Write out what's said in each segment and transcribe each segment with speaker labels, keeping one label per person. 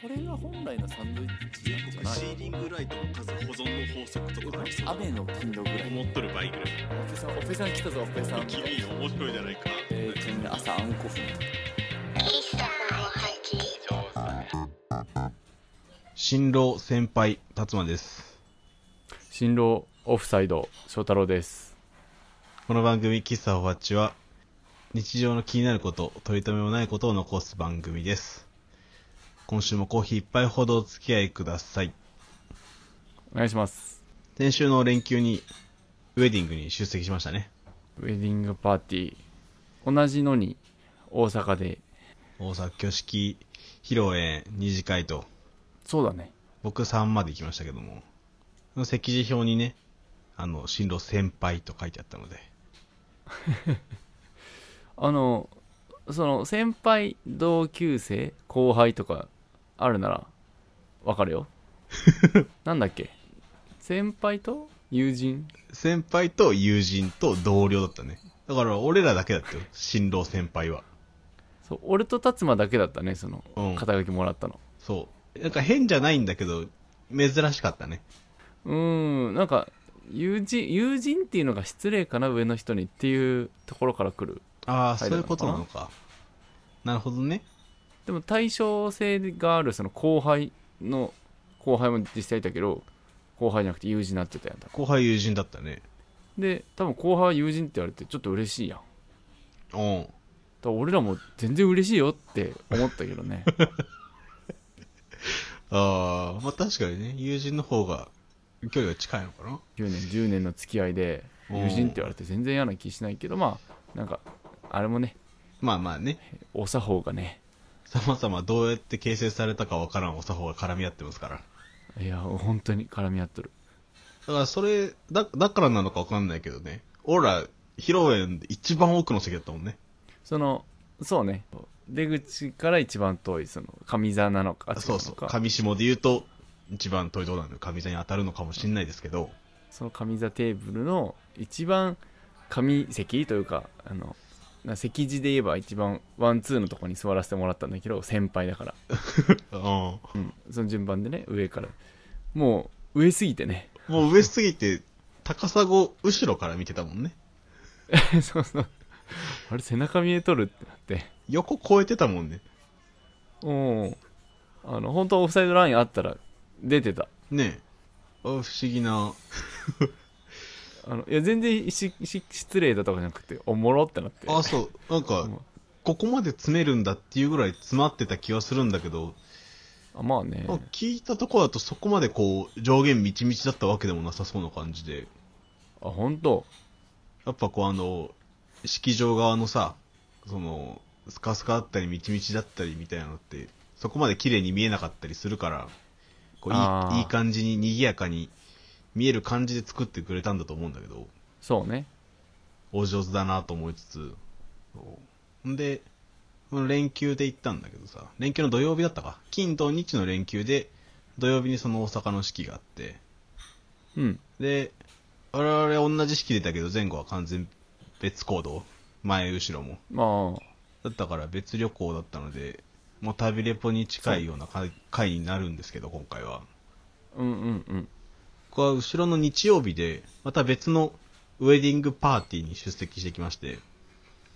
Speaker 1: これが本来のサンドイッチなん
Speaker 2: 全
Speaker 1: じゃ
Speaker 2: 国
Speaker 1: ない
Speaker 2: シーリングライトの数保存の法則とかありそう
Speaker 1: 雨の頻度ぐらい
Speaker 2: 思っとる倍ぐらい
Speaker 1: オペさんオペさん来たぞオペさん
Speaker 2: 君面白いじゃないか
Speaker 1: えー、ちなみに朝あんこ踏む
Speaker 3: 新郎先輩達馬です
Speaker 4: 新郎オフサイド翔太郎です
Speaker 3: この番組「喫茶ホワッチ」は日常の気になること取り留めもないことを残す番組です今週もコーヒー一杯ほどお付き合いください
Speaker 4: お願いします
Speaker 3: 先週の連休にウェディングに出席しましたね
Speaker 4: ウェディングパーティー同じのに大阪で
Speaker 3: 大阪挙式披露宴二次会と
Speaker 4: そうだね
Speaker 3: 僕3まで行きましたけどもその席次表にねあの新郎先輩と書いてあったので
Speaker 4: あのその先輩同級生後輩とかあるならわかる よなんだっけ先輩と友人
Speaker 3: 先輩と友人と同僚だったねだから俺らだけだったよ新郎先輩は
Speaker 4: そう俺と達馬だけだったねその
Speaker 3: うん
Speaker 4: 肩書きもらったの
Speaker 3: そうなんか変じゃないんだけど珍しかったね
Speaker 4: うーんなんか友人友人っていうのが失礼かな上の人にっていうところから来る
Speaker 3: ああ
Speaker 4: は
Speaker 3: そ
Speaker 4: いう
Speaker 3: いうことなのかなるほどね
Speaker 4: でも対称性があるその後輩の後輩も実際いたけど後輩じゃなくて友人になってたやん多分
Speaker 3: 後輩友人だったね
Speaker 4: で多分後輩は友人って言われてちょっと嬉しいやんだか
Speaker 3: うん
Speaker 4: ら俺らも全然嬉しいよって思ったけど ね
Speaker 3: ああまあ確かにね友人の方が距離が近いのかな
Speaker 4: 9年10年の付き合いで
Speaker 3: うん
Speaker 4: 友人って言われて全然嫌な気しないけどまあなんかあれもね
Speaker 3: まあまあね
Speaker 4: お作法がね
Speaker 3: 様々どうやって形成されたかわからんお作法が絡み合ってますから
Speaker 4: いや本当に絡み合っとる
Speaker 3: だからそれだだからなのかわかんないけどね俺ら披露宴で一番奥の席だったもんね
Speaker 4: そのそうね出口から一番遠いその上座なのかあっちな
Speaker 3: そ
Speaker 4: の
Speaker 3: う
Speaker 4: か
Speaker 3: そう上下で言うと一番遠いところなので上座に当たるのかもしれないですけど
Speaker 4: その上座テーブルの一番上席というかあのな席次で言えば一番ワンツーのとこに座らせてもらったんだけど先輩だから、
Speaker 3: うんも
Speaker 4: その順番でね上からもう上すぎてね
Speaker 3: う上すぎて高砂を後ろから見てたもんね
Speaker 4: そうそうあれ背中見えとるってなって
Speaker 3: 横超えてたもんね
Speaker 4: おうあの本当はオフサイドラインあったら出てた
Speaker 3: ねえあ不思議な
Speaker 4: あのいや全然しし失礼だとかじゃなくておもろってなって
Speaker 3: あそうなんかここまで詰めるんだっていうぐらい詰まってた気はするんだけど、
Speaker 4: あまあね
Speaker 3: まあ聞いたところだとそこまでこう上限みちみちだったわけでもなさそうな感じで
Speaker 4: あ本当
Speaker 3: やっぱこうあの、式場側のさ、その、スカスカだったり、みちみちだったりみたいなのって、そこまで綺麗に見えなかったりするから、こ
Speaker 4: あ
Speaker 3: うい
Speaker 4: ー
Speaker 3: いいい感じに、賑やかに、見える感じで作ってくれたんだと思うんだけど、
Speaker 4: そうね
Speaker 3: お上手だなと思いつつ、そうほんで、この連休で行ったんだけどさ、連休の土曜日だったか、金土日の連休で、土曜日にその大阪の式があって、
Speaker 4: うん
Speaker 3: で、我々同じ式出たけど、前後は完全別行動。前、後ろも。
Speaker 4: まあ
Speaker 3: だったから別旅行だったので、もう旅レポに近いような回回になるんですけど、今回は。
Speaker 4: うんうんうん
Speaker 3: 僕は後ろの日曜日で、また別のウェディングパーティーに出席してきまして、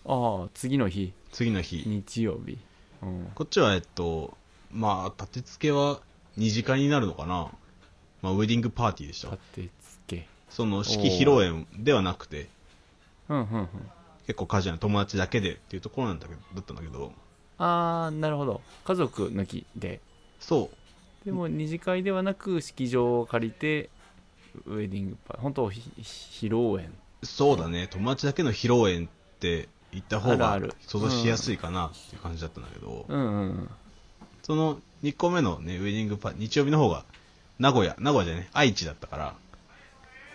Speaker 4: ああ次の日
Speaker 3: 次の日。
Speaker 4: 日曜日、うん、
Speaker 3: こっちは、えっと、まあ、立て付けは二次会になるのかな。まあ、ウェディングパーティーでした
Speaker 4: 立。て付け
Speaker 3: その式披露宴ではなくて、
Speaker 4: うんうんうん
Speaker 3: 結構カジュアルな友達だけでっていうところなんだけど、だったんだけど、
Speaker 4: ああなるほど家族抜きで
Speaker 3: そう、
Speaker 4: でも二次会ではなく式場を借りてウェディングパー本当ひ披露宴
Speaker 3: そうだね、友達だけの披露宴って言った方
Speaker 4: あ
Speaker 3: が
Speaker 4: るある
Speaker 3: 想像しやすいかなっていう感じだったんだけど、
Speaker 4: うんうんうん
Speaker 3: その2個目のね、ウェディングパー日曜日の方が名古屋、名古屋じゃない、愛知だったから、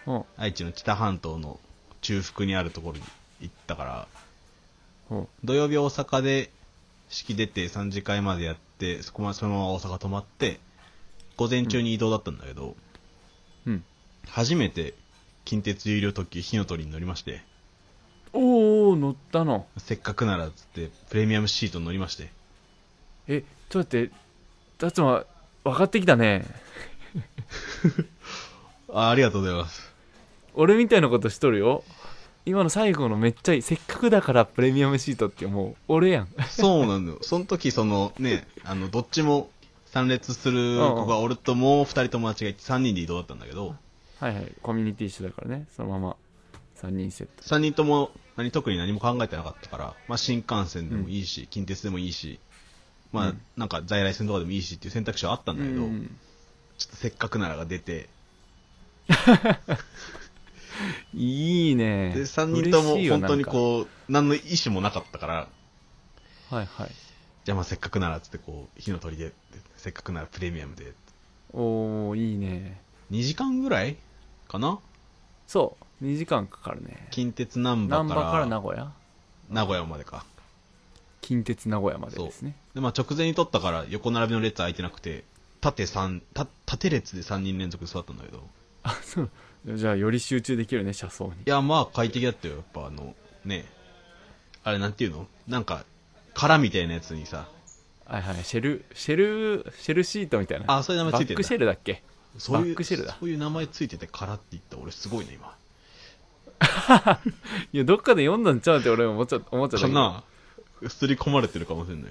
Speaker 4: ほ
Speaker 3: 愛知の知多半島の中腹にあるところに行ったから、
Speaker 4: うほ
Speaker 3: 土曜日大阪で式出て3次会までやって、そこまでそのまま大阪泊まって、午前中に移動だったんだけど、
Speaker 4: ううん
Speaker 3: 初めて近鉄有料特急火の鳥に乗りまして、
Speaker 4: おお乗ったの
Speaker 3: せっかくならっつってプレミアムシートに乗りまして、
Speaker 4: えちょっと待って達馬分かってきたね
Speaker 3: あありがとうございます。
Speaker 4: 俺みたいなことしとるよ今の最後のめっちゃいいせっかくだからプレミアムシートってもう俺やん
Speaker 3: そうなのよ。その時、そのね、あの、どっちも参列する子が俺ともう2人友達がいて3人で移動だったんだけど、
Speaker 4: はいはいコミュニティ一緒だからねそのまま3人セット
Speaker 3: 3人とも何特に何も考えてなかったから、まあ、新幹線でもいいし、近鉄でもいいし、まあ、
Speaker 4: うん
Speaker 3: なんか在来線とかでもいいしっていう選択肢はあったんだけど、
Speaker 4: うん
Speaker 3: ちょっとせっかくならが出て、
Speaker 4: いいね
Speaker 3: で、3人とも
Speaker 4: 嬉しいよ
Speaker 3: 本当に
Speaker 4: なん
Speaker 3: こう、何の意思もなかったから、
Speaker 4: かはいはい
Speaker 3: じゃあまあせっかくならっつってこう、火の鳥で、せっかくならプレミアムで、
Speaker 4: おおいいね
Speaker 3: 2時間ぐらいかな
Speaker 4: そう2時間かかるね
Speaker 3: 近鉄難波
Speaker 4: 難
Speaker 3: か
Speaker 4: 波
Speaker 3: ら
Speaker 4: から名古屋
Speaker 3: 名古屋までか。
Speaker 4: 近鉄名古屋までですね
Speaker 3: で、まあ直前に取ったから横並びの列空いてなくて、縦三た縦列で3人連続で座ったんだけど、い
Speaker 4: あそう じゃあより集中できるね車窓に
Speaker 3: や、まあ快適だったよ。やっぱあの、ね、あれなんていうのなんか、殻みたいなやつにさ、
Speaker 4: はいはいシェルシェルシェルシートみたいな
Speaker 3: あ、そういう名
Speaker 4: バ
Speaker 3: 前ついて
Speaker 4: ッ
Speaker 3: る
Speaker 4: ク
Speaker 3: ん
Speaker 4: シ
Speaker 3: だ
Speaker 4: ェルだっけ
Speaker 3: そうい
Speaker 4: バッ
Speaker 3: う、
Speaker 4: クシェルだ
Speaker 3: そういう名前ついてて殻って言った俺すごいね、今。
Speaker 4: いやどっかで読んだんちゃうって俺も思っちゃ思っちゃった
Speaker 3: か
Speaker 4: けど
Speaker 3: なすり込まれてるかもしれない。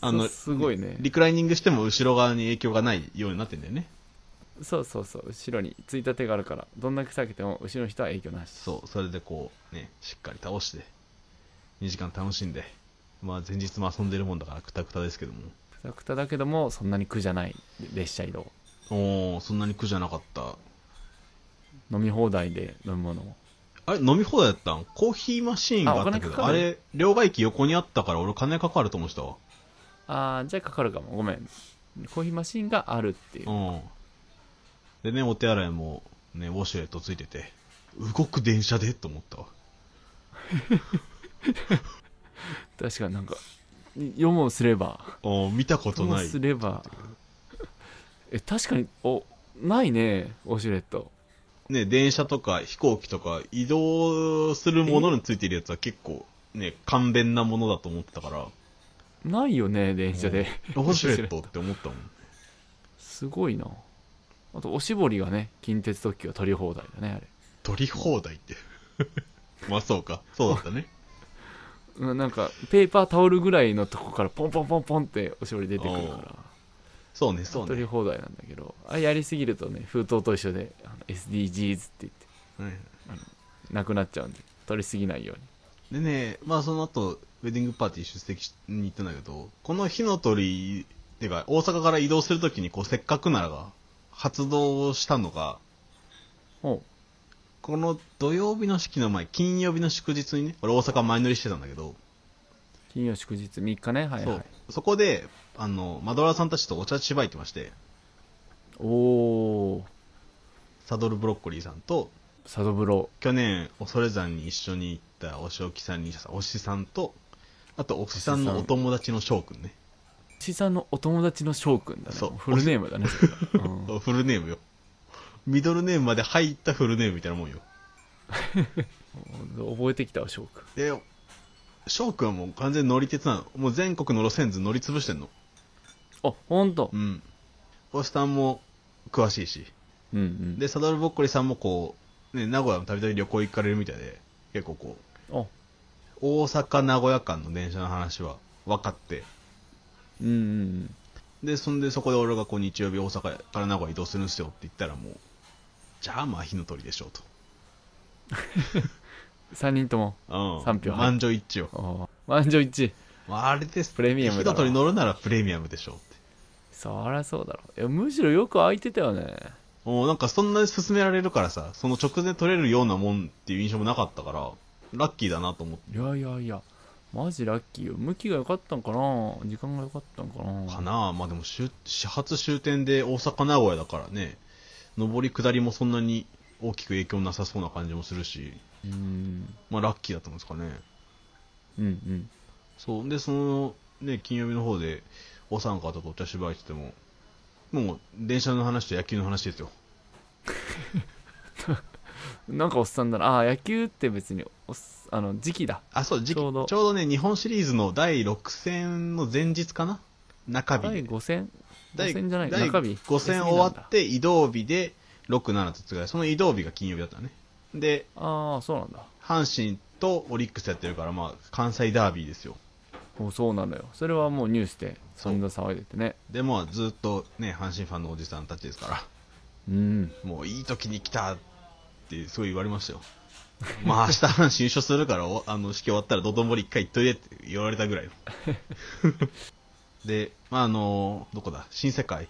Speaker 3: あの、
Speaker 4: そうすごいね
Speaker 3: リクライニングしても後ろ側に影響がないようになってんだよね。
Speaker 4: そうそうそう後ろについた手があるからどんだけ避けても後ろの人は影響なし
Speaker 3: そう、それでこう、ね、しっかり倒して、2時間楽しんで、まあ前日も遊んでるもんだからクタクタですけども。
Speaker 4: くたくただけどもそんなに苦じゃない列車移動
Speaker 3: おー、そんなに苦じゃなかった。
Speaker 4: 飲み放題で飲むものも
Speaker 3: あれ、飲み放題だったんコーヒーマシーンがあったけ
Speaker 4: あお金か
Speaker 3: ど、
Speaker 4: か
Speaker 3: あ
Speaker 4: る
Speaker 3: れ、両替機横にあったから俺金かかると思ってたわ。
Speaker 4: ああじゃあかかるかもごめんコーヒーマシンがあるっていう
Speaker 3: うん。でね、お手洗いも、ね、ウォシュレットついてて、動く電車でと思ったわ。
Speaker 4: 確かになんか読もうすれば
Speaker 3: おー見たこと
Speaker 4: とも
Speaker 3: ない。
Speaker 4: すればえ確かにおないねウォシュレット
Speaker 3: ね、電車とか飛行機とか移動するものについてるやつは結構ね、簡便なものだと思ってたから、
Speaker 4: ないよね電車で
Speaker 3: ウォシュレットって思ったもん。
Speaker 4: すごいなあとおしぼりがね近鉄特急は取り放題だねあれ
Speaker 3: 取り放題 って。まあそうか。そうだったね。
Speaker 4: うんなんかペーパータオルぐらいのとこからポンポンポンポンっておしぼり出てくるから
Speaker 3: そうね、そう
Speaker 4: 取り
Speaker 3: ね。
Speaker 4: 放題なんだけどあやりすぎるとね封筒と一緒であの SDGs って言って
Speaker 3: はい
Speaker 4: なくなっちゃうんで取りすぎないように
Speaker 3: でね、まあその後、ウェディングパーティー出席しに行ったんだけど、この火の鳥、ってか、大阪から移動するときに、こう、せっかくならが、発動したのが、
Speaker 4: おう
Speaker 3: この土曜日の式の前、金曜日の祝日にね、俺大阪前乗りしてたんだけど、
Speaker 4: 金曜祝日3日ねはい
Speaker 3: そ
Speaker 4: は
Speaker 3: う
Speaker 4: い
Speaker 3: そこであのマドラーさんたちとお茶しばいてまして
Speaker 4: おおー
Speaker 3: サドルブロッコリーさんと
Speaker 4: サドブロ
Speaker 3: 去年恐山に一緒に行ったおしおきさんにおしさんとあとおしさんのお友達の翔くんね
Speaker 4: 岸さんのお友達の翔くんだね
Speaker 3: そう
Speaker 4: フルネームだねそれ が、うん
Speaker 3: フルネームよミドルネームまで入ったフルネームみたいなもんよ
Speaker 4: 覚えてきたわ翔くん
Speaker 3: で翔くんはもう完全に乗り鉄なのもう全国の路線図乗り潰してんの
Speaker 4: あ本当
Speaker 3: う。んおしさんも詳しいし
Speaker 4: うんうん
Speaker 3: でサドルブロッコリーさんもこう、ね、名古屋もたびたび旅行行かれるみたいで結構こう
Speaker 4: あ
Speaker 3: 大阪名古屋間の電車の話は分かって
Speaker 4: うんうん
Speaker 3: でそんでそこで俺がこう日曜日大阪から名古屋移動するんですよって言ったらもうじゃあまあ火の鳥でしょうと、
Speaker 4: 3人とも
Speaker 3: うん、
Speaker 4: 賛否は
Speaker 3: 満場一致よ、
Speaker 4: おー満場一致
Speaker 3: まあ、あれです
Speaker 4: プレミアム
Speaker 3: 火
Speaker 4: だ
Speaker 3: の
Speaker 4: ろ
Speaker 3: 鳥乗るならプレミアムでしょうって
Speaker 4: そりゃそうだろいやむしろよく空いてたよね
Speaker 3: もうなんかそんなに勧められるからさその直前取れるようなもんっていう印象もなかったからラッキーだなと思って
Speaker 4: いやいやいやマジラッキーよ向きが良かったんかな時間が良かったんかな
Speaker 3: かなまあでも終始発終点で大阪名古屋だからね上り下りもそんなに大きく影響なさそうな感じもするし
Speaker 4: うん
Speaker 3: まあラッキーだったんですかね
Speaker 4: うんうん
Speaker 3: そう。で、その、ね、金曜日の方で、お三方とお茶しばいてても、もう、電車の話と野球の話ですよ。
Speaker 4: なんかおっさんだなあー野球って別におっすあの時期だ
Speaker 3: あ、そう、時期
Speaker 4: ちょうど
Speaker 3: ちょうどね、日本シリーズの第6戦の前日かな中日
Speaker 4: 第
Speaker 3: で。
Speaker 4: 5戦
Speaker 3: 第
Speaker 4: 5000じゃない
Speaker 3: 第
Speaker 4: 中日
Speaker 3: 5000終わって移動日で6、7と違いその移動日が金曜日だったのね。で、
Speaker 4: ああそうなんだ
Speaker 3: 阪神とオリックスやってるから、まあ、関西ダービーですよ。
Speaker 4: おそうなのよそれはもうニュースで散々騒いでてね
Speaker 3: で、まあ、ずっとね、阪神ファンのおじさんたちですから、
Speaker 4: うん
Speaker 3: もういい時に来たってすごい言われましたよ。まあ、明日阪神優勝するから、おあの、式終わったら道頓堀一回行っといでって言われたぐらいの。で、まあ、あの、どこだ、新世界、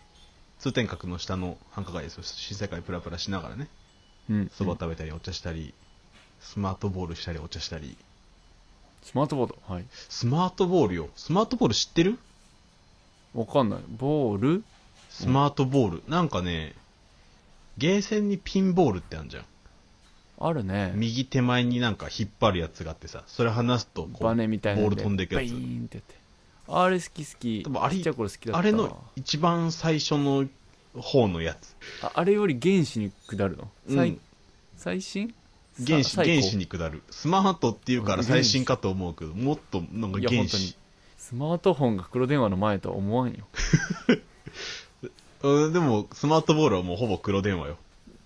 Speaker 3: 通天閣の下の繁華街ですよ。新世界プラプラしながらね。
Speaker 4: うん
Speaker 3: そば食べたりお茶したり、スマートボールしたりお茶したり。
Speaker 4: スマートボードはい
Speaker 3: スマートボールよ。スマートボール知ってる
Speaker 4: わかんないボール
Speaker 3: スマートボール。なんかね、ゲーセンにピンボールってあるじゃん。
Speaker 4: あるね
Speaker 3: 右手前になんか引っ張るやつがあってさ、それ離すとこう
Speaker 4: バネみたいな
Speaker 3: ボ
Speaker 4: の
Speaker 3: ール飛んでいくや
Speaker 4: バイ
Speaker 3: つ。
Speaker 4: ーンってやってあれ好き好き
Speaker 3: でもあれ
Speaker 4: ちっちゃい頃好きだった
Speaker 3: あれの一番最初の方のやつ。
Speaker 4: ああれより原始に下るの、
Speaker 3: う
Speaker 4: 最
Speaker 3: ん
Speaker 4: 最新
Speaker 3: 原始、
Speaker 4: さ最
Speaker 3: 原
Speaker 4: 高
Speaker 3: 始に下る。スマートっていうから最新かと思うけど、もっとなんか
Speaker 4: いや
Speaker 3: 原
Speaker 4: 本当に
Speaker 3: 始。
Speaker 4: スマートフォンが黒電話の前とは思わんよ
Speaker 3: うん、でも、スマートボールはもうほぼ黒電話よ。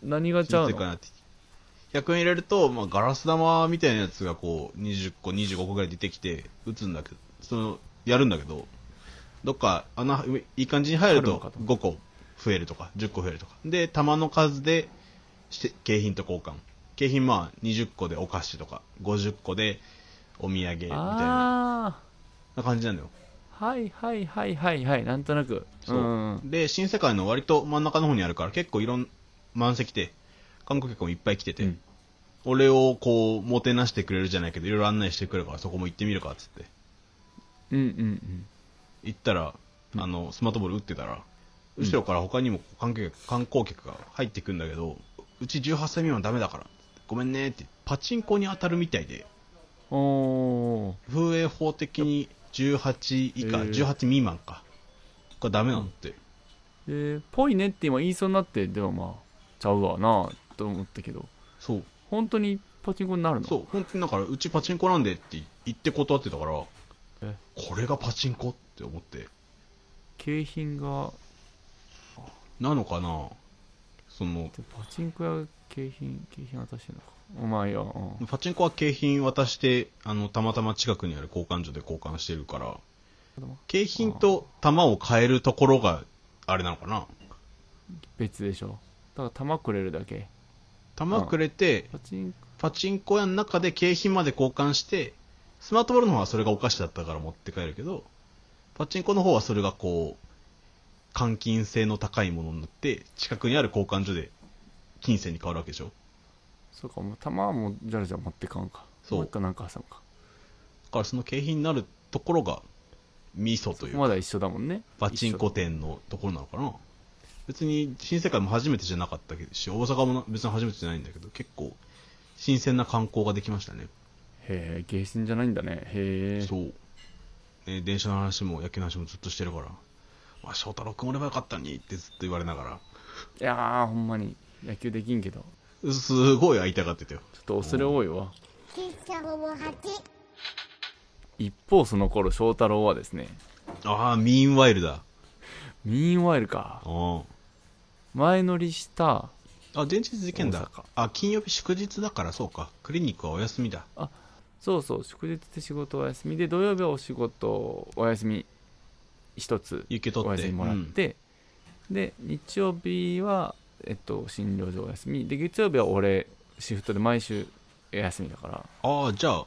Speaker 4: 何がちゃう
Speaker 3: 新世界
Speaker 4: の
Speaker 3: になってきて100円入れると、まあ、ガラス玉みたいなやつがこう20個25個ぐらい出てきて打つんだけどそのやるんだけどどっか穴いい感じに入る
Speaker 4: あるの
Speaker 3: と
Speaker 4: かと
Speaker 3: 5個増えるとか10個増えるとかで玉の数でして景品と交換景品まあ20個でお菓子とか50個でお土産みたいな
Speaker 4: あ
Speaker 3: な感じなんだよ
Speaker 4: あはいはいはいはいはいなんとなく
Speaker 3: そう
Speaker 4: うんうん
Speaker 3: で新世界の割と真ん中の方にあるから結構いろん満席で観光客もいっぱい来てて、
Speaker 4: うん
Speaker 3: 俺をこうもてなしてくれるじゃないけどいろいろ案内してくれるからそこも行ってみるかっつって
Speaker 4: うんうん
Speaker 3: 行ったら、
Speaker 4: うん
Speaker 3: あのスマートボール打ってたら
Speaker 4: うん
Speaker 3: 後ろから他にも観光客観光客が入ってくんだけどうち18歳未満ダメだからごめんねってパチンコに当たるみたいで
Speaker 4: うんおー
Speaker 3: 風営法的に18以下、
Speaker 4: へー
Speaker 3: 18未満かがダメなのって、
Speaker 4: えーぽいねって今言いそうになってでもまあちゃうわなと思ったけど
Speaker 3: そう
Speaker 4: 本当にパチンコになるの
Speaker 3: そう、本当にだから、うちパチンコなんでって言って断ってたから、こ
Speaker 4: え
Speaker 3: れがパチンコって思って、
Speaker 4: 景品が
Speaker 3: なのかな、その、
Speaker 4: でパチンコ屋景品景品渡してんのかお前や、うん、
Speaker 3: パチンコは景品渡して、あの、たまたま近くにある交換所で交換してるから、景品と玉を変えるところが、あれなのかな。
Speaker 4: 別でしょだから玉くれるだけ
Speaker 3: 玉くれて、
Speaker 4: パチン
Speaker 3: パチンコ屋の中で景品まで交換して、スマートボールの方はそれがお菓子だったから持って帰るけど、パチンコの方はそれがこう、換金性の高いものになって、近くにある交換所で金銭に変わるわけでしょ。
Speaker 4: そうかもう玉はもうじゃらじゃら持ってかんか
Speaker 3: そう
Speaker 4: もう一回なんか挟むか
Speaker 3: だからその景品になるところが、ミソ
Speaker 4: そ
Speaker 3: とい
Speaker 4: こ
Speaker 3: う
Speaker 4: ま
Speaker 3: か、
Speaker 4: だ一緒だもんね
Speaker 3: パチンコ店のところなのかな。別に新世界も初めてじゃなかったけどし、大阪もな別に初めてじゃないんだけど、結構、新鮮な観光ができましたね。
Speaker 4: 一緒へえ芸神じゃないんだねへえ
Speaker 3: そう、えー電車の話も野球の話もずっとしてるから、まあ、翔太郎君おればよかったのにってずっと言われなが
Speaker 4: いやーほんまに野球できんけど
Speaker 3: ら、すごい会いたがってたよ。
Speaker 4: ちょっと恐れ多いわ
Speaker 5: 喫茶ももはち。
Speaker 4: 一方その頃翔太郎はですね
Speaker 3: ああ、ミーンワイルだ。
Speaker 4: ミーンワイルか
Speaker 3: あ
Speaker 4: 前乗りした
Speaker 3: あ、前日事件
Speaker 4: 大
Speaker 3: だ
Speaker 4: 阪。
Speaker 3: あ、金曜日祝日だからそうか。クリニックはお休みだ。
Speaker 4: そうそう祝日で仕事お休みで土曜日はお仕事お休み一つ
Speaker 3: 有給取
Speaker 4: お
Speaker 3: っ
Speaker 4: 休
Speaker 3: て。
Speaker 4: みもらって、で日曜日は、えっと、診療所お休みで月曜日は俺シフトで毎週休みだから
Speaker 3: うんああ、じゃあ、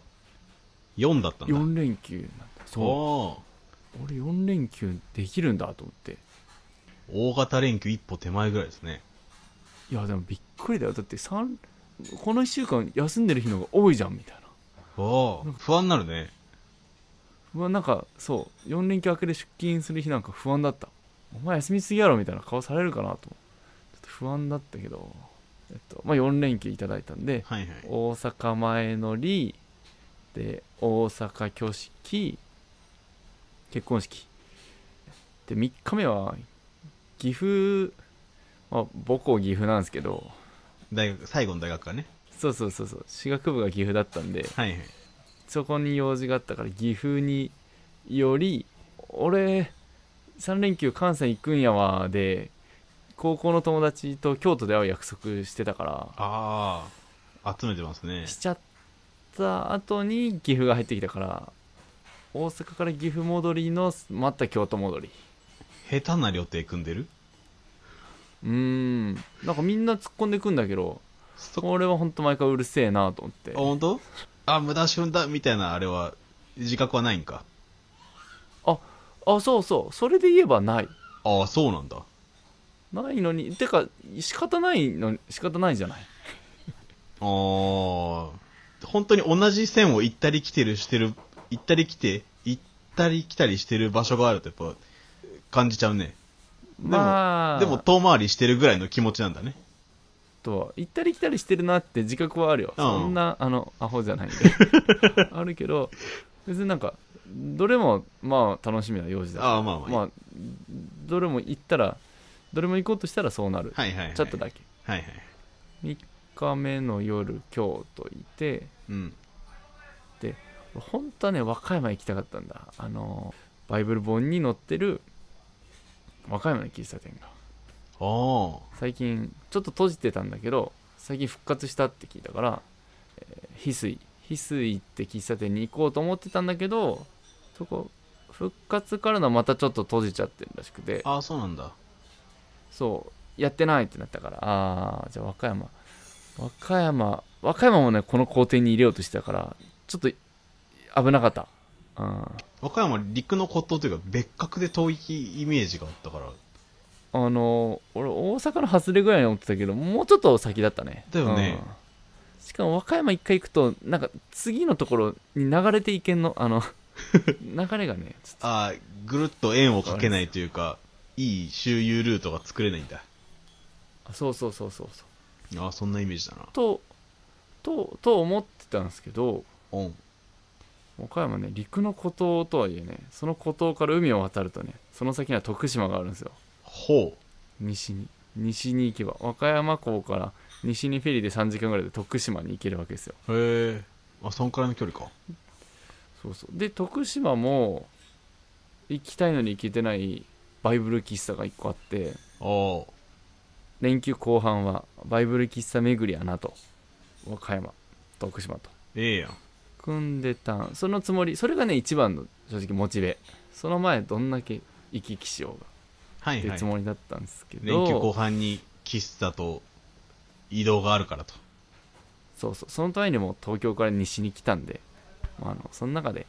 Speaker 3: 4だったんだ。
Speaker 4: 4連休なんだそ
Speaker 3: ああ、
Speaker 4: う俺4連休できるんだと思って
Speaker 3: 大型連休一歩手前ぐらいですね。
Speaker 4: いやでもびっくりだよだって三この1週間休んでる日の方が多いじゃんみたいな
Speaker 3: ああ、不安になるね。
Speaker 4: うわなんかそう4連休明けで出勤する日なんか不安だったお前休みすぎやろみたいな顔されるかなとちょっと不安だったけど、えっとまあ、4連休いただいたんで
Speaker 3: はいはい。
Speaker 4: 大阪前乗りで大阪挙式結婚式で3日目は岐阜、まあ、母校岐阜なんですけど
Speaker 3: 大学、最後の大学かね。
Speaker 4: そうそうそうそう私学部が岐阜だったんで
Speaker 3: はいはい。
Speaker 4: そこに用事があったから岐阜により俺3連休関西行くんやわで高校の友達と京都で会う約束してたから
Speaker 3: ああ、集めてますね。
Speaker 4: しちゃった後に岐阜が入ってきたから大阪から岐阜戻りのまた京都戻り
Speaker 3: 下手な予定組んでる
Speaker 4: うーんなんかみんな突っ込んでくんだけど
Speaker 3: そこ、
Speaker 4: これは本当毎回うるせえなと思って
Speaker 3: あ本当あ、無駄足踏んだみたいなあれは、自覚はないんか。
Speaker 4: あそうそうそれで言えばない
Speaker 3: ああ、そうなんだ。
Speaker 4: ないのにてか仕方ないの仕方ないじゃない
Speaker 3: あー本当に同じ線を行ったり来てるしてる、行ったり来て、行ったり来たりしてる場所があるとやっぱ感じちゃうね。でも
Speaker 4: まあ
Speaker 3: でも遠回りしてるぐらいの気持ちなんだね。
Speaker 4: とは行ったり来たりしてるなって自覚はあるよ、
Speaker 3: うん
Speaker 4: そんなあのアホじゃ ないんであるけど別になんかどれもまあ楽しみな用事だ
Speaker 3: ああ、まあまあ。
Speaker 4: まあどれも行ったらどれも行こうとしたらそうなる、
Speaker 3: はいはい、はい。
Speaker 4: ちょっとだけ
Speaker 3: はいはい。
Speaker 4: 3日目の夜京都いて
Speaker 3: うん。
Speaker 4: 本当はね和歌山行きたかったんだあのバイブル本に載ってる和歌山の喫茶店が
Speaker 3: ああ。
Speaker 4: 最近ちょっと閉じてたんだけど最近復活したって聞いたから、えー翡翠翡翠って喫茶店に行こうと思ってたんだけどそこ復活からのまたちょっと閉じちゃってるらしくて
Speaker 3: ああ、そうなんだ。
Speaker 4: そうやってないってなったからああじゃあ和歌山和歌山和歌山もねこの工程に入れようとしてたからちょっと危なかったうん
Speaker 3: 和歌山陸の骨董というか別格で遠いイメージがあったから。
Speaker 4: あの俺大阪の外れぐらいに思ってたけどもうちょっと先だったね
Speaker 3: だよね
Speaker 4: うんしかも和歌山一回行くとなんか次のところに流れていけんのあ の流れがねちょっと
Speaker 3: ああ、ぐるっと円をかけないというか、いい周遊ルートが作れないんだ。
Speaker 4: あそうそうそうそうそう
Speaker 3: ああ、そんなイメージだな。
Speaker 4: ととと思ってたんですけど
Speaker 3: うん。
Speaker 4: 和歌山ね陸の孤島とはいえねその孤島から海を渡るとねその先には徳島があるんですよ
Speaker 3: ほう。
Speaker 4: 西に西に行けば和歌山港から西にフェリーで3時間ぐらいで徳島に行けるわけですよ
Speaker 3: へえ。あ、そんくらいの距離か。
Speaker 4: そうそうで徳島も行きたいのに行けてないバイブル喫茶が1個あって
Speaker 3: あ
Speaker 4: 連休後半はバイブル喫茶巡りやなと和歌山徳島と
Speaker 3: あ、ええやん。
Speaker 4: 組んでたんそのつもりそれがね一番の正直モチベその前どんだけ行き来しようが
Speaker 3: は
Speaker 4: っ
Speaker 3: い
Speaker 4: て
Speaker 3: はい
Speaker 4: つ。もりだったんですけど、
Speaker 3: 連休後半に喫茶と移動があるからと。
Speaker 4: そうそうそのためにも東京から西に来たんで、まあ、あのその中で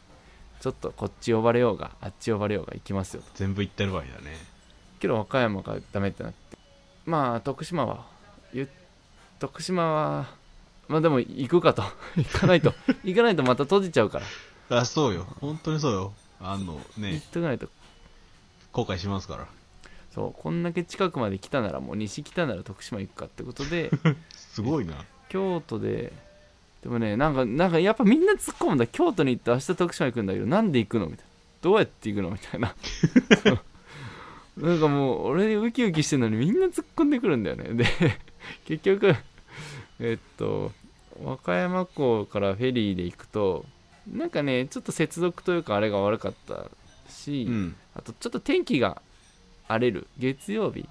Speaker 4: ちょっとこっち呼ばれようがあっち呼ばれようが行きますよと
Speaker 3: 全部行ってる場合だね。
Speaker 4: けど和歌山がダメってなってまあ徳島はゆ徳島はまあでも行くかと 行かないと行かないとまた閉じちゃうから
Speaker 3: あ、そうよ。本当にそうよ。あの
Speaker 4: 行
Speaker 3: ね
Speaker 4: っ、とかないと
Speaker 3: 後悔しますから。
Speaker 4: そうこんだけ近くまで来たならもう西来たなら徳島行くかってことで
Speaker 3: すごいな。
Speaker 4: 京都ででもねなんかなんかやっぱみんな突っ込むんだ京都に行って明日徳島行くんだけどなんで行くのみたいなどうやって行くのみたいな そうなんかもう俺ウキウキしてるのにみんな突っ込んでくるんだよねで 結局えっと和歌山港からフェリーで行くとなんかねちょっと接続というかあれが悪かったし、
Speaker 3: うん。
Speaker 4: あとちょっと天気が荒れる月曜日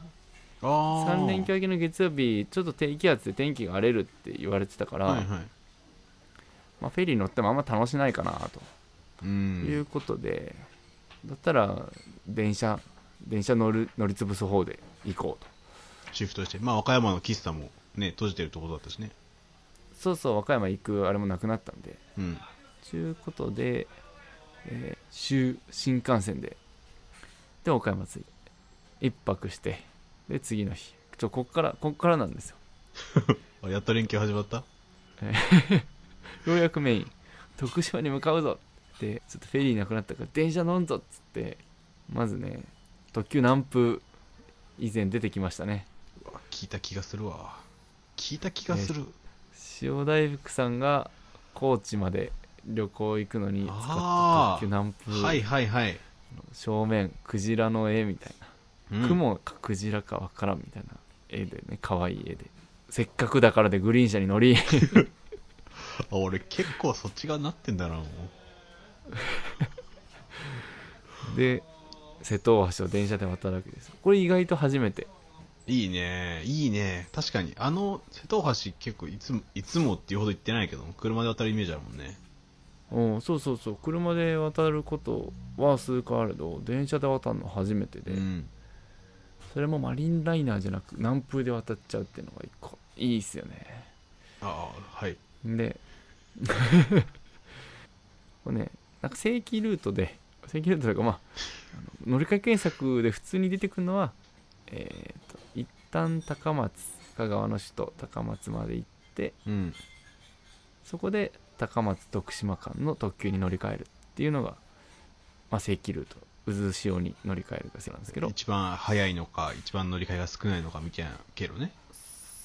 Speaker 3: ああ。
Speaker 4: 3連休明けの月曜日ちょっと低気圧で天気が荒れるって言われてたから、
Speaker 3: はいはい。
Speaker 4: まあ、フェリー乗ってもあんま楽しないかな
Speaker 3: う
Speaker 4: とい
Speaker 3: ん。
Speaker 4: うことで、だったら電車電車乗る乗り潰す方で行こうと
Speaker 3: シフトして。まあ、和歌山の喫茶もね、閉じてるところだったしね。
Speaker 4: そうそう和歌山行くあれもなくなったんで
Speaker 3: うん。
Speaker 4: ということで、えー週新幹線でで岡山着いて1泊してで次の日ちょこっからこっからなんですよ
Speaker 3: あ、やっと連休始まった
Speaker 4: ようやくメイン徳島に向かうぞってちょっとフェリーなくなったから電車乗んぞっつってまずね特急南風以前出てきましたね
Speaker 3: うわ聞いた気がするわ。聞いた気がする。
Speaker 4: 塩大福さんが高知まで旅行行くのに使った
Speaker 3: あー
Speaker 4: 特急南風、
Speaker 3: はいはいはい。
Speaker 4: 正面クジラの絵みたいな、
Speaker 3: うん
Speaker 4: 雲かクジラかわからんみたいな絵でね可愛い絵でせっかくだからでグリーン車に乗 り
Speaker 3: あ俺結構そっち側になってんだな、もう。
Speaker 4: で瀬戸大橋を電車で渡るわけですこれ意外と初めて
Speaker 3: いいねいいね確かにあの瀬戸大橋結構いつもいつもっていうほど行ってないけど車で渡るイメージあるもんね
Speaker 4: うんそうそうそう車で渡ることは数回あるけど電車で渡るの初めてで、
Speaker 3: うん
Speaker 4: それもマリンライナーじゃなく南風で渡っちゃうっていうのが一個いいっすよね
Speaker 3: ああはい
Speaker 4: で これねなんか正規ルートで正規ルートというかまああの乗り換え検索で普通に出てくるのはえっ、と一旦高松香川の首都高松まで行って
Speaker 3: うん
Speaker 4: そこで高松徳島間の特急に乗り換えるっていうのが、まあ、正規ルート渦潮に乗り換えるが正なんですけど
Speaker 3: 一番早いのか一番乗り換えが少ないのかみたいな経路ね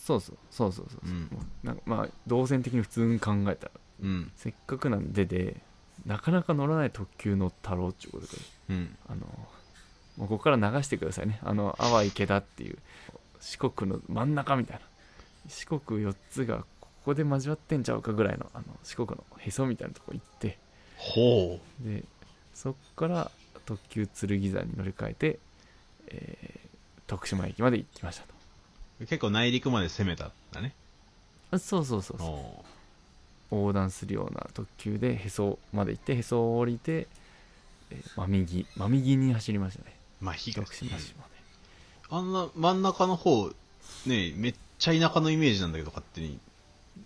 Speaker 4: そうそうそうそうそう
Speaker 3: う
Speaker 4: そうんもうなんかまあ動線的に普通に考えたら
Speaker 3: うん
Speaker 4: せっかくなんででなかなか乗らない特急乗ったろうっていうことで
Speaker 3: うん
Speaker 4: あのもうここから流してくださいねあの淡池田っていう四国の真ん中みたいな四国4つがここで交わってんちゃうかぐらいのあの四国のへそみたいなとこ行って
Speaker 3: ほ
Speaker 4: でそっから特急剣山に乗り換えて、えー徳島駅まで行きましたと
Speaker 3: う結構内陸まで攻めたんだね
Speaker 4: あそうそうそうそう
Speaker 3: お
Speaker 4: 横断するような特急でへそまで行ってへそを降りて、えー真右真右に走りましたね
Speaker 3: まあ東
Speaker 4: 徳島市まで
Speaker 3: あんな真ん中の方ねめっちゃ田舎のイメージなんだけど勝手に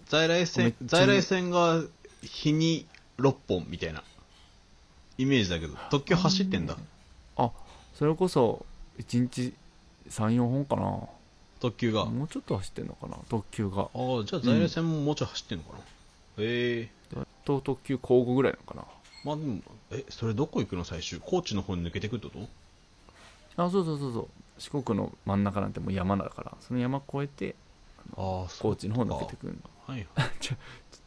Speaker 3: 在来線
Speaker 4: めっちゃ
Speaker 3: 在来線が日に6本みたいなイメージだけど特急走ってんだ
Speaker 4: それこそ1日34本かな
Speaker 3: 特急があ
Speaker 4: もうちょっと走ってんのかな特急が
Speaker 3: あーじゃあ在来線ももうちょい走ってんのかな、ええ
Speaker 4: と特急交互ぐらいなのか
Speaker 3: まあでもえそれどこ行くの最終高知の方に抜けてくってこと
Speaker 4: なあそうそうそうそう四国の真ん中なんてもう山だからその山越えて
Speaker 3: ああそ
Speaker 4: 高知の方抜けてくるの
Speaker 3: うはい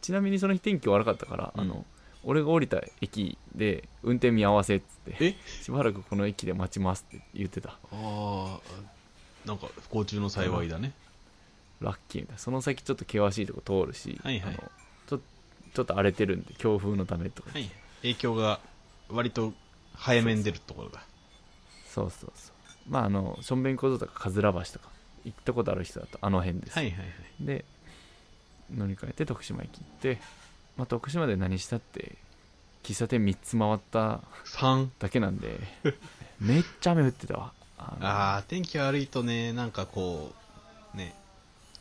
Speaker 4: ちなみにその日天気悪かったから、あの俺が降りた駅で運転見合わせっつって
Speaker 3: え
Speaker 4: しばらくこの駅で待ちますって言ってた
Speaker 3: ああなんか不幸中の幸いだね
Speaker 4: ラッキーみたいなその先ちょっと険しいとこ通るし、
Speaker 3: はいはい
Speaker 4: あのちょちょっと荒れてるんで強風のためとか
Speaker 3: はい影響が割と早めに出るところだ
Speaker 4: そうそうそうまああのしょんべん小僧とかかずら橋とか行ったことある人だとあの辺です、
Speaker 3: はいはいはい
Speaker 4: で乗り換えて徳島駅行って、まあ、徳島で何したって喫茶店3つ回った
Speaker 3: 3
Speaker 4: だけなん でめっちゃ雨降ってたわあの
Speaker 3: ああ天気悪いとねなんかこうね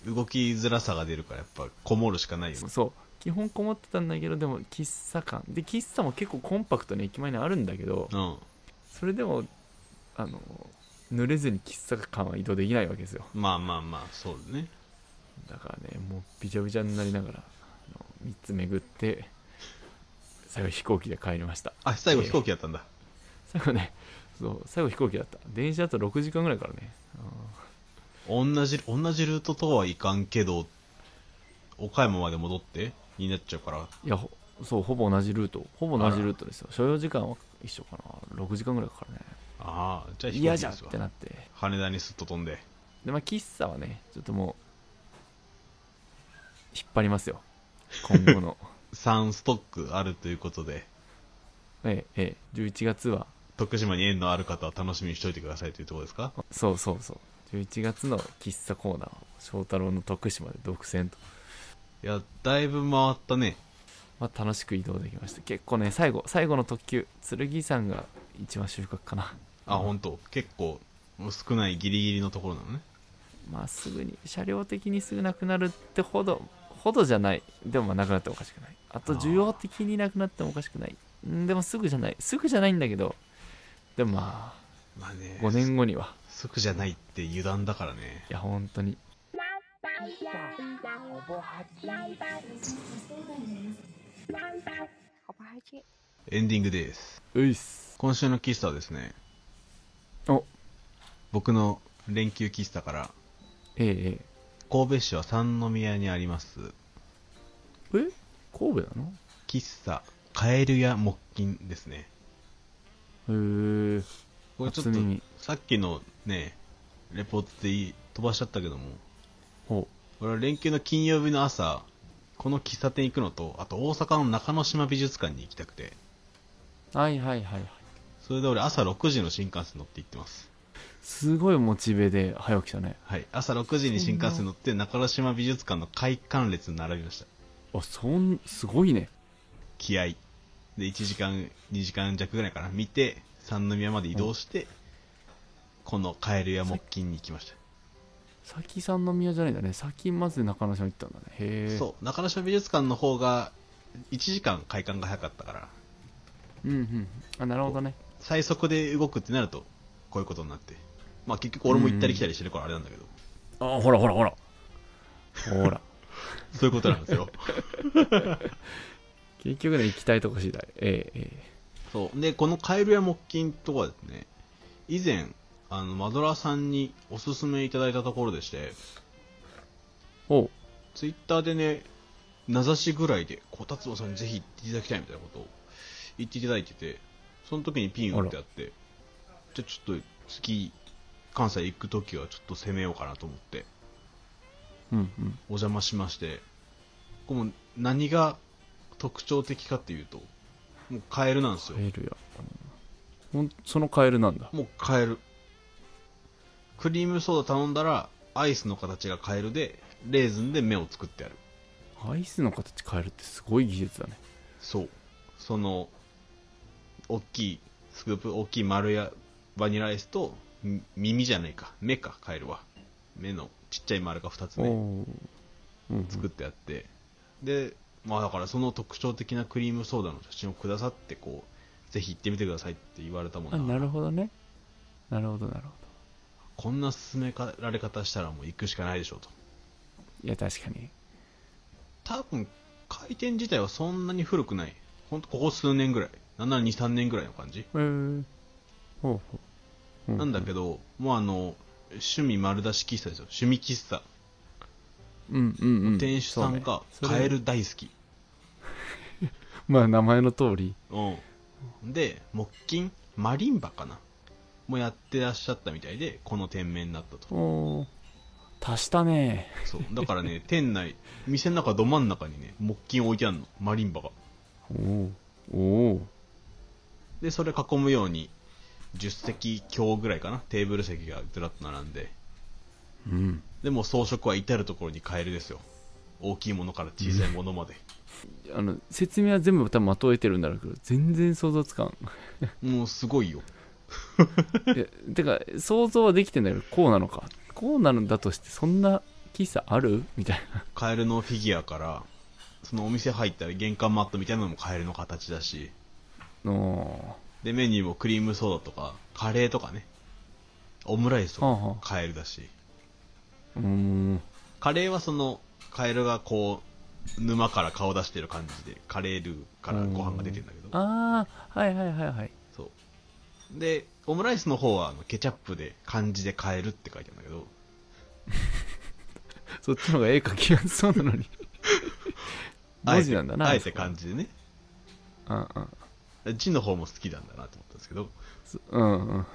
Speaker 3: 動きづらさが出るからやっぱこもるしかないよね
Speaker 4: そう基本こもってたんだけどでも喫茶館で喫茶も結構コンパクトに駅前にあるんだけど
Speaker 3: うん
Speaker 4: それでもあの濡れずに喫茶館は移動できないわけですよ
Speaker 3: まあまあまあそうだね
Speaker 4: だからねもうびちゃびちゃになりながらあの3つ巡って最後飛行機で帰りました
Speaker 3: あ最後飛行機やったんだ、
Speaker 4: 最後ねそう最後飛行機だった電車だと6時間ぐらいからねあ
Speaker 3: 同じ同じルートとはいかんけど岡山まで戻ってになっちゃうから
Speaker 4: ーいやほそうほぼ同じルートほぼ同じルートですよ所要時間は一緒かな6時間ぐらいかかるね
Speaker 3: ああじゃあ飛行
Speaker 4: 嫌
Speaker 3: 機
Speaker 4: じゃ
Speaker 3: で
Speaker 4: んっ
Speaker 3: すわ
Speaker 4: てなって
Speaker 3: 羽田にすっと飛んで
Speaker 4: でまあ喫茶はねちょっともう引っ張りますよ今後の
Speaker 3: 3ストックあるということで
Speaker 4: ええええ11月は
Speaker 3: 徳島に縁のある方は楽しみにしといてくださいというところですか
Speaker 4: そうそうそう11月の喫茶コーナーを翔太郎の徳島で独占と、
Speaker 3: いやだいぶ回ったね
Speaker 4: まあ、楽しく移動できました結構ね最後最後の特急剣山が一番収穫かな
Speaker 3: あ本当結構もう少ないギリギリのところなのね
Speaker 4: まあすぐに車両的にすぐなくなるってほどほどじゃないでもまあなくなってもおかしくないあと
Speaker 3: あー
Speaker 4: 需要的になくなってもおかしくないんでもすぐじゃないすぐじゃないんだけどでもま
Speaker 3: まあね
Speaker 4: あ5年後には
Speaker 3: すぐじゃないって油断だからね
Speaker 4: いや本当に
Speaker 3: エンディングです
Speaker 4: ういっす
Speaker 3: 今週の喫茶はですね
Speaker 4: お
Speaker 3: 僕の連休喫茶から
Speaker 4: えええ
Speaker 3: 神戸市は三宮にあります
Speaker 4: ええ神戸なの
Speaker 3: 喫茶カエルや木琴ですね
Speaker 4: へえ
Speaker 3: これちょっと
Speaker 4: 初耳
Speaker 3: さっきのねレポートでいい飛ばしちゃったけども
Speaker 4: ほ
Speaker 3: 俺は連休の金曜日の朝この喫茶店行くのとあと大阪の中之島美術館に行きたくて
Speaker 4: うはいはいはいはい
Speaker 3: それで俺朝6時の新幹線乗って行ってます。
Speaker 4: すごいモチベで早起きしたね
Speaker 3: はい。朝6時に新幹線乗って中之島美術館の開館列に並びました。
Speaker 4: あそんすごいね
Speaker 3: 気合。で、1時間、2時間弱ぐらいかな。見て、三宮まで移動して、このカエルや木琴に行きました。
Speaker 4: 先三宮じゃないんだね先まず中野島行ったんだねへえ
Speaker 3: そう。中之島美術館の方が、1時間開館が早かったから、
Speaker 4: ううんうんあなるほどね
Speaker 3: 最速で動くってなると、こういうことになって。まあ結局俺も行ったり来たりしてるからあれなんだけど、
Speaker 4: あほらほらほらほら
Speaker 3: そういうことなんですよ。
Speaker 4: 結局ね行きたいとこ次第えええ
Speaker 3: そう。で、このカエルや木琴とはですね、以前、あの、マドラーさんにおすすめいただいたところでして、
Speaker 4: えおう
Speaker 3: ツイッターでね、名指しぐらいで、こたつばさんにぜひ行っていただきたいみたいなことを言っていただいてて、その時にピン打ってあって、じゃあちょっと次、関西行く時はちょっと攻めようかなと思って、
Speaker 4: うんうん
Speaker 3: お邪魔しまして、これも何が特徴的かっていうと、もうカエルなんですよ
Speaker 4: カ。エルやほんそのカエルなんだ
Speaker 3: もうカエル。クリームソーダ頼んだら、アイスの形がカエルで、レーズンで目を作ってある。
Speaker 4: アイスの形変えるってすごい技術だね
Speaker 3: そう。その、大きい、スクープ、大きい丸やバニラアイスと、み耳じゃないか。目か、カエルは。目のちっちゃい丸が2つ
Speaker 4: お
Speaker 3: ね、
Speaker 4: おう、うん、
Speaker 3: 作ってあって。で、まあだからその特徴的なクリームソーダの写真をくださって、こう、ぜひ行ってみてくださいって言われたもん
Speaker 4: あ
Speaker 3: だから
Speaker 4: なるほどねなるほどなるほど
Speaker 3: こんな進められ方したらもう行くしかないでしょうと。
Speaker 4: いや確かに
Speaker 3: 多分回転自体はそんなに古くないほんとここ数年ぐらいなんなら23年ぐらいの感じ、
Speaker 4: えー、ほうほうう
Speaker 3: なんだけどもうあの趣味丸出し喫茶ですよ趣味喫茶
Speaker 4: うんうんうん
Speaker 3: 店主さんが
Speaker 4: そうね
Speaker 3: カエル大好き
Speaker 4: まあ名前の通り
Speaker 3: う,、んで木琴マリンバかなもやってらっしゃったみたいでこの店名になったと
Speaker 4: おお足したね
Speaker 3: そうだから ね店内店の中ど真ん中にね木琴置いてあるのマリンバが
Speaker 4: おおお
Speaker 3: でそれ囲むように10席強ぐらいかなテーブル席がずらっと並んで
Speaker 4: うん
Speaker 3: でも装飾は至る所にカエルですよ。大きいものから小さいも のまで。
Speaker 4: あの説明は全部多分まとえてるんだろうけど全然想像つ かん
Speaker 3: もうすごいよ。
Speaker 4: いやてか想像はできてんだけどこうなのかこうなのだとしてそんな喫茶あるみたいな
Speaker 3: カエルのフィギュアから、そのお店入ったら玄関マットみたいなのもカエルの形だし、
Speaker 4: の
Speaker 3: で、メニューもクリームソーダとか、カレーとかね、オムライスとか
Speaker 4: は あは
Speaker 3: も
Speaker 4: あ
Speaker 3: カエルだし、
Speaker 4: うーん
Speaker 3: カレーはその、カエルがこう、沼から顔出してる感じで、カレールーからご飯が出てるんだけど、
Speaker 4: ああはいはいはいはい
Speaker 3: そう。で、オムライスの方はあのケチャップで漢字でカエルって書いてあるんだけど、
Speaker 4: そっちの方が絵描きやすそうなの に文字なんだな
Speaker 3: あえてあえて
Speaker 4: 感
Speaker 3: 漢字でね、
Speaker 4: うんうん
Speaker 3: 字の方も好きなんだなと思ったんですけど、
Speaker 4: そうんうん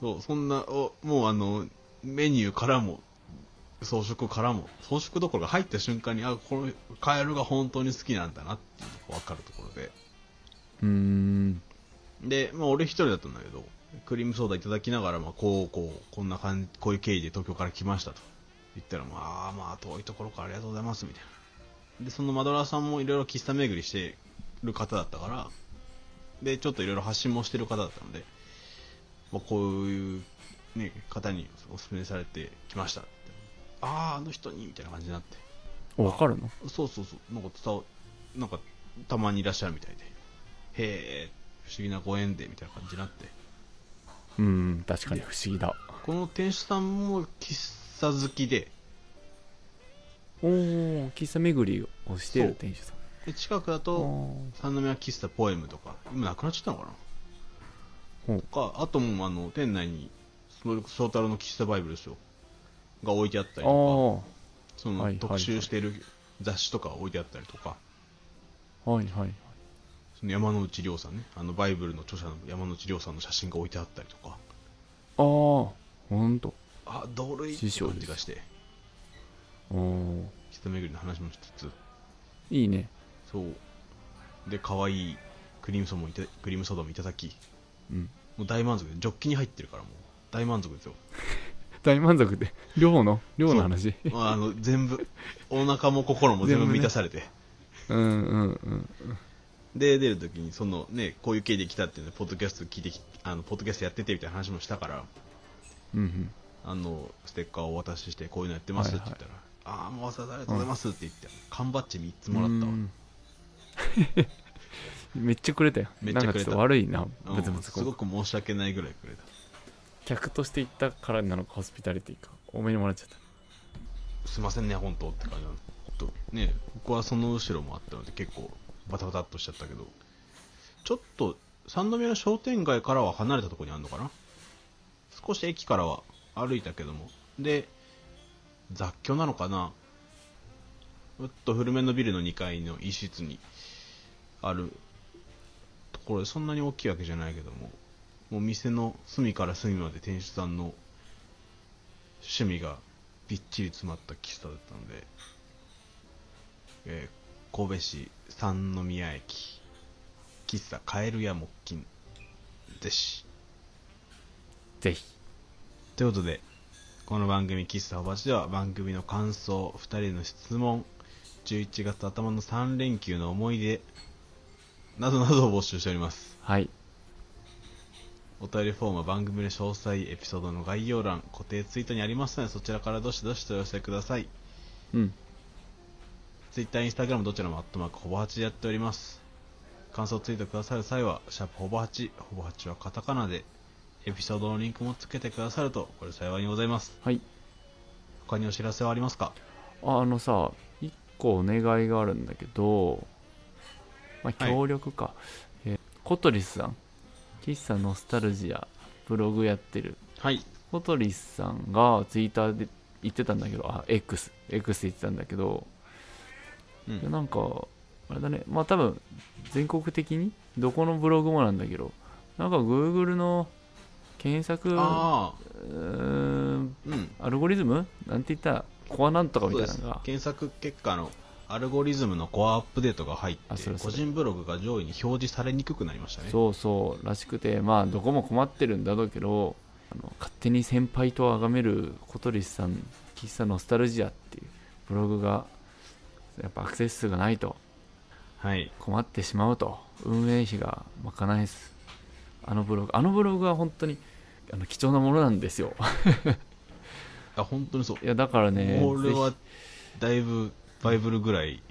Speaker 3: そうそんな、おもうあの、メニューからも、装飾からも、装飾どころが入った瞬間に、あ、このカエルが本当に好きなんだなっていうのが分かるところで。
Speaker 4: うーん
Speaker 3: で、まあ俺一人だったんだけど、クリームソーダいただきながら、まあこう、こう、こんな感じ、こういう経緯で東京から来ましたと。言ったら、まあまあ遠いところからありがとうございます、みたいな。で、そのマドラーさんもいろいろ喫茶巡りしてる方だったから、で、ちょっといろいろ発信もしてる方だったので、まあこういう、ね、方にお勧めされてきましたって。ああ、あの人に、みたいな感じになって。
Speaker 4: おわかるの
Speaker 3: そうそうそう、なんか伝わ、なんかたまにいらっしゃるみたいで、へえ、不思議なご縁でみたいな感じになって、
Speaker 4: うん確かに不思議だ
Speaker 3: この店主さんも喫茶好きで、
Speaker 4: おお喫茶巡りをして
Speaker 3: そ
Speaker 4: る
Speaker 3: う
Speaker 4: 店主さん
Speaker 3: で近くだと、
Speaker 4: おー
Speaker 3: 三宮喫茶ポエムとか、今なくなっちゃったのか
Speaker 4: ほ
Speaker 3: な
Speaker 4: う
Speaker 3: とか、あともうあの店内に、それこそ翔太郎の喫茶バイブルですよ、が置いてあったり
Speaker 4: あ
Speaker 3: とか、
Speaker 4: ー
Speaker 3: そ
Speaker 4: はい
Speaker 3: の
Speaker 4: はい
Speaker 3: 特集してる雑誌とか置いてあったりとか、
Speaker 4: はいはいはい
Speaker 3: その山之内涼さんね、あのバイブルの著者の山之内涼さんの写真が置いてあったりとか。
Speaker 4: ああほんと
Speaker 3: あ同類って
Speaker 4: 師匠
Speaker 3: 感
Speaker 4: で
Speaker 3: じ
Speaker 4: す
Speaker 3: がして
Speaker 4: おー
Speaker 3: 人巡りの話もしつつ
Speaker 4: いいね
Speaker 3: そうで可愛いクリームソーダもいたクリームソーダもいただき
Speaker 4: うん
Speaker 3: もう大満足でジョッキに入ってるからもう大満足ですよ
Speaker 4: 大満足で量の量の話
Speaker 3: まああの全部 お腹も心も全部
Speaker 4: 全部ね
Speaker 3: 満たされて、
Speaker 4: うんうんうん
Speaker 3: で出るときにそのねこういう経緯で来たっていうのでポッドキャスト聞いてきあのポッドキャストやっててみたいな話もしたから
Speaker 4: うんうん
Speaker 3: あのステッカーをお渡ししてこういうのやってますって言ったら、ああもうわざわざありがとうございますって言って、缶バッジ3つもらったわ
Speaker 4: うん めっちゃくれたよ
Speaker 3: めっち
Speaker 4: な
Speaker 3: ゃくれた
Speaker 4: んかちょっと悪いな
Speaker 3: うん
Speaker 4: ブツブツ
Speaker 3: すご
Speaker 4: こう
Speaker 3: く申し訳ないぐらいくれた
Speaker 4: 客として行ったからなのかホスピタリティか多めにもらっちゃった
Speaker 3: すいませんね本当って感じなのほんとね僕はその後ろもあったので結構バタバタっとしちゃったけどちょっと三宮の商店街からは離れたところにあるのかな少し駅からは歩いたけどもで雑居なのかなうっと古めのビルの2階の一室にあるところでそんなに大きいわけじゃないけどももう店の隅から隅まで店主さんの趣味がびっちり詰まった喫茶だったので、えー神戸市三宮駅喫茶カエルや木琴ぜひ
Speaker 4: ぜひ
Speaker 3: ということでこの番組「喫茶おばち」では番組の感想2人の質問11月頭の3連休の思い出などなどを募集しております
Speaker 4: はい
Speaker 3: お便りフォームは番組の詳細エピソードの概要欄固定ツイートにありますのでそちらからどしどしとお寄せください
Speaker 4: うん
Speaker 3: ツイッター、インスタグラムどちらもアットマークほぼ8でやっております。感想ツイートくださる際は、シャープほぼ8、ほぼ8はカタカナで、エピソードのリンクもつけてくださると、これ幸いにございます。
Speaker 4: はい
Speaker 3: 他にお知らせはありますか
Speaker 4: ああのさ一個お願いがあるんだけどまあ
Speaker 3: はい
Speaker 4: 協力か、えーコトリスさん喫茶ノスタルジアブログやってる
Speaker 3: はい。
Speaker 4: コトリスさんがツイッターで言ってたんだけどあ X X で言ってたんだけど
Speaker 3: う
Speaker 4: いや
Speaker 3: ん。
Speaker 4: なんかあれだねまあ多分全国的にどこのブログもなんだけどなんか Google の検索
Speaker 3: ああ、
Speaker 4: うーん
Speaker 3: うん。
Speaker 4: アルゴリズムなんて言ったらコアなんとかみ
Speaker 3: そ
Speaker 4: たい
Speaker 3: うで
Speaker 4: な
Speaker 3: す
Speaker 4: のが。
Speaker 3: 検索結果のアルゴリズムのコアアップデートが入って
Speaker 4: あそれ、そ
Speaker 3: 個
Speaker 4: れ
Speaker 3: 人ブログが上位に表示されにくくなりましたね。
Speaker 4: そうそうらしくてまあどこも困ってるんだろうけどあの勝手に先輩と崇める小鳥さん喫茶ノスタルジアっていうブログがやっぱアクセス数がないと
Speaker 3: はい。
Speaker 4: 困ってしまうと運営費が賄えずあのブログあのブログは本当にあの貴重なものなんですよ
Speaker 3: あ、本当にそう。
Speaker 4: いやだからね
Speaker 3: これは
Speaker 4: ぜ、
Speaker 3: だいぶ、バイブルぐらい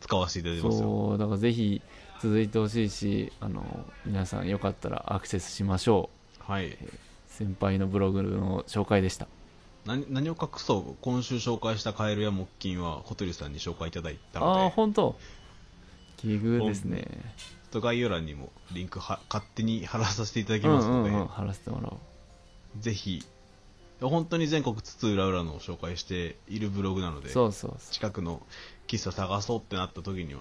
Speaker 3: 使わせて
Speaker 4: ひ
Speaker 3: いただいてますよ。
Speaker 4: そうだからぜひ続いてほしいしあの皆さんよかったらアクセスしましょう
Speaker 3: はい。
Speaker 4: 先輩のブログの紹介でした
Speaker 3: 何何を隠そう今週紹介したカエルや木琴は小鳥さんに紹介いただいた
Speaker 4: ああー
Speaker 3: ので
Speaker 4: 本当奇遇ですね
Speaker 3: ちょっと概要欄にもリンクは勝手に貼らさせていただき
Speaker 4: うん
Speaker 3: ます
Speaker 4: う
Speaker 3: ので、
Speaker 4: んうん貼らせてもらおう
Speaker 3: ぜひ本当に全国津々浦々のを紹介しているブログなので
Speaker 4: そうそうそ
Speaker 3: 近くの喫茶探そうってなった時には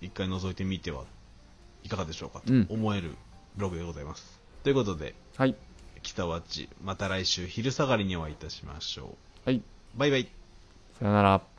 Speaker 3: 一回覗いてみてはいかがでしょうかと
Speaker 4: うん
Speaker 3: 思えるブログでございます、ということで
Speaker 4: うはい
Speaker 3: 北ワッチまた来週昼下がりにお会いいたしましょ
Speaker 4: はいう
Speaker 3: バイバイ
Speaker 4: さよなら